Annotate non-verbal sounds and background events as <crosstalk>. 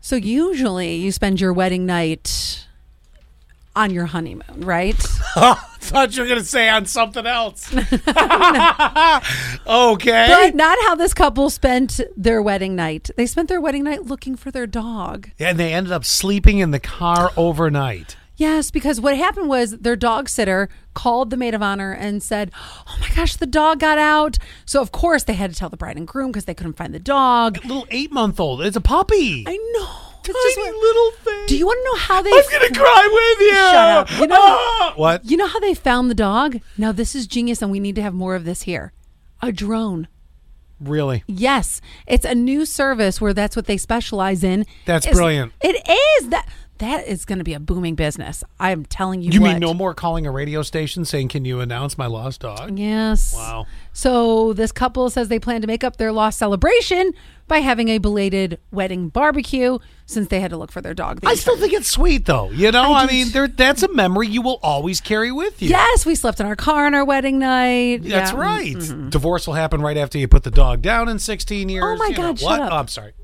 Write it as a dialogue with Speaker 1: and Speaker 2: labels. Speaker 1: So usually you spend your wedding night on your honeymoon, right?
Speaker 2: <laughs> Oh, thought you were going to say on something else. <laughs> okay.
Speaker 1: But not how this couple spent their wedding night. They spent their wedding night looking for their dog.
Speaker 2: And they ended up sleeping in the car overnight.
Speaker 1: Yes, because what happened was their dog sitter called the maid of honor and said, "Oh my gosh, the dog got out." So of course they had to tell the bride and groom because they couldn't find the dog.
Speaker 2: Little eight month old. It's a puppy.
Speaker 1: I know. It's
Speaker 2: Tiny
Speaker 1: just what-
Speaker 2: little thing.
Speaker 1: Do you want to know how they?
Speaker 2: I'm going to cry with you.
Speaker 1: Shut up. You know-
Speaker 2: Ah! what?
Speaker 1: You know how they found the dog? Now this is genius, and we need to have more of this here. A drone.
Speaker 2: Really?
Speaker 1: Yes, it's a new service where that's what they specialize in.
Speaker 2: That's
Speaker 1: It's-
Speaker 2: brilliant.
Speaker 1: It is that. That is going to be a booming business. I am telling you.
Speaker 2: You
Speaker 1: what.
Speaker 2: mean no more calling a radio station saying, can you announce my lost dog?
Speaker 1: Yes.
Speaker 2: Wow.
Speaker 1: So this couple says they plan to make up their lost celebration by having a belated wedding barbecue since they had to look for their dog. the
Speaker 2: I
Speaker 1: entire-
Speaker 2: still think it's sweet, though. You know,
Speaker 1: I
Speaker 2: I,
Speaker 1: do
Speaker 2: mean,
Speaker 1: too.
Speaker 2: there, that's a memory you will always carry with you.
Speaker 1: yes, we slept in our car on our wedding night.
Speaker 2: That's
Speaker 1: Yeah. Mm-hmm.
Speaker 2: right. Divorce will happen right after you put the dog down in 16 years.
Speaker 1: my
Speaker 2: you know,
Speaker 1: God, shut
Speaker 2: what?
Speaker 1: up.
Speaker 2: Oh, I'm sorry.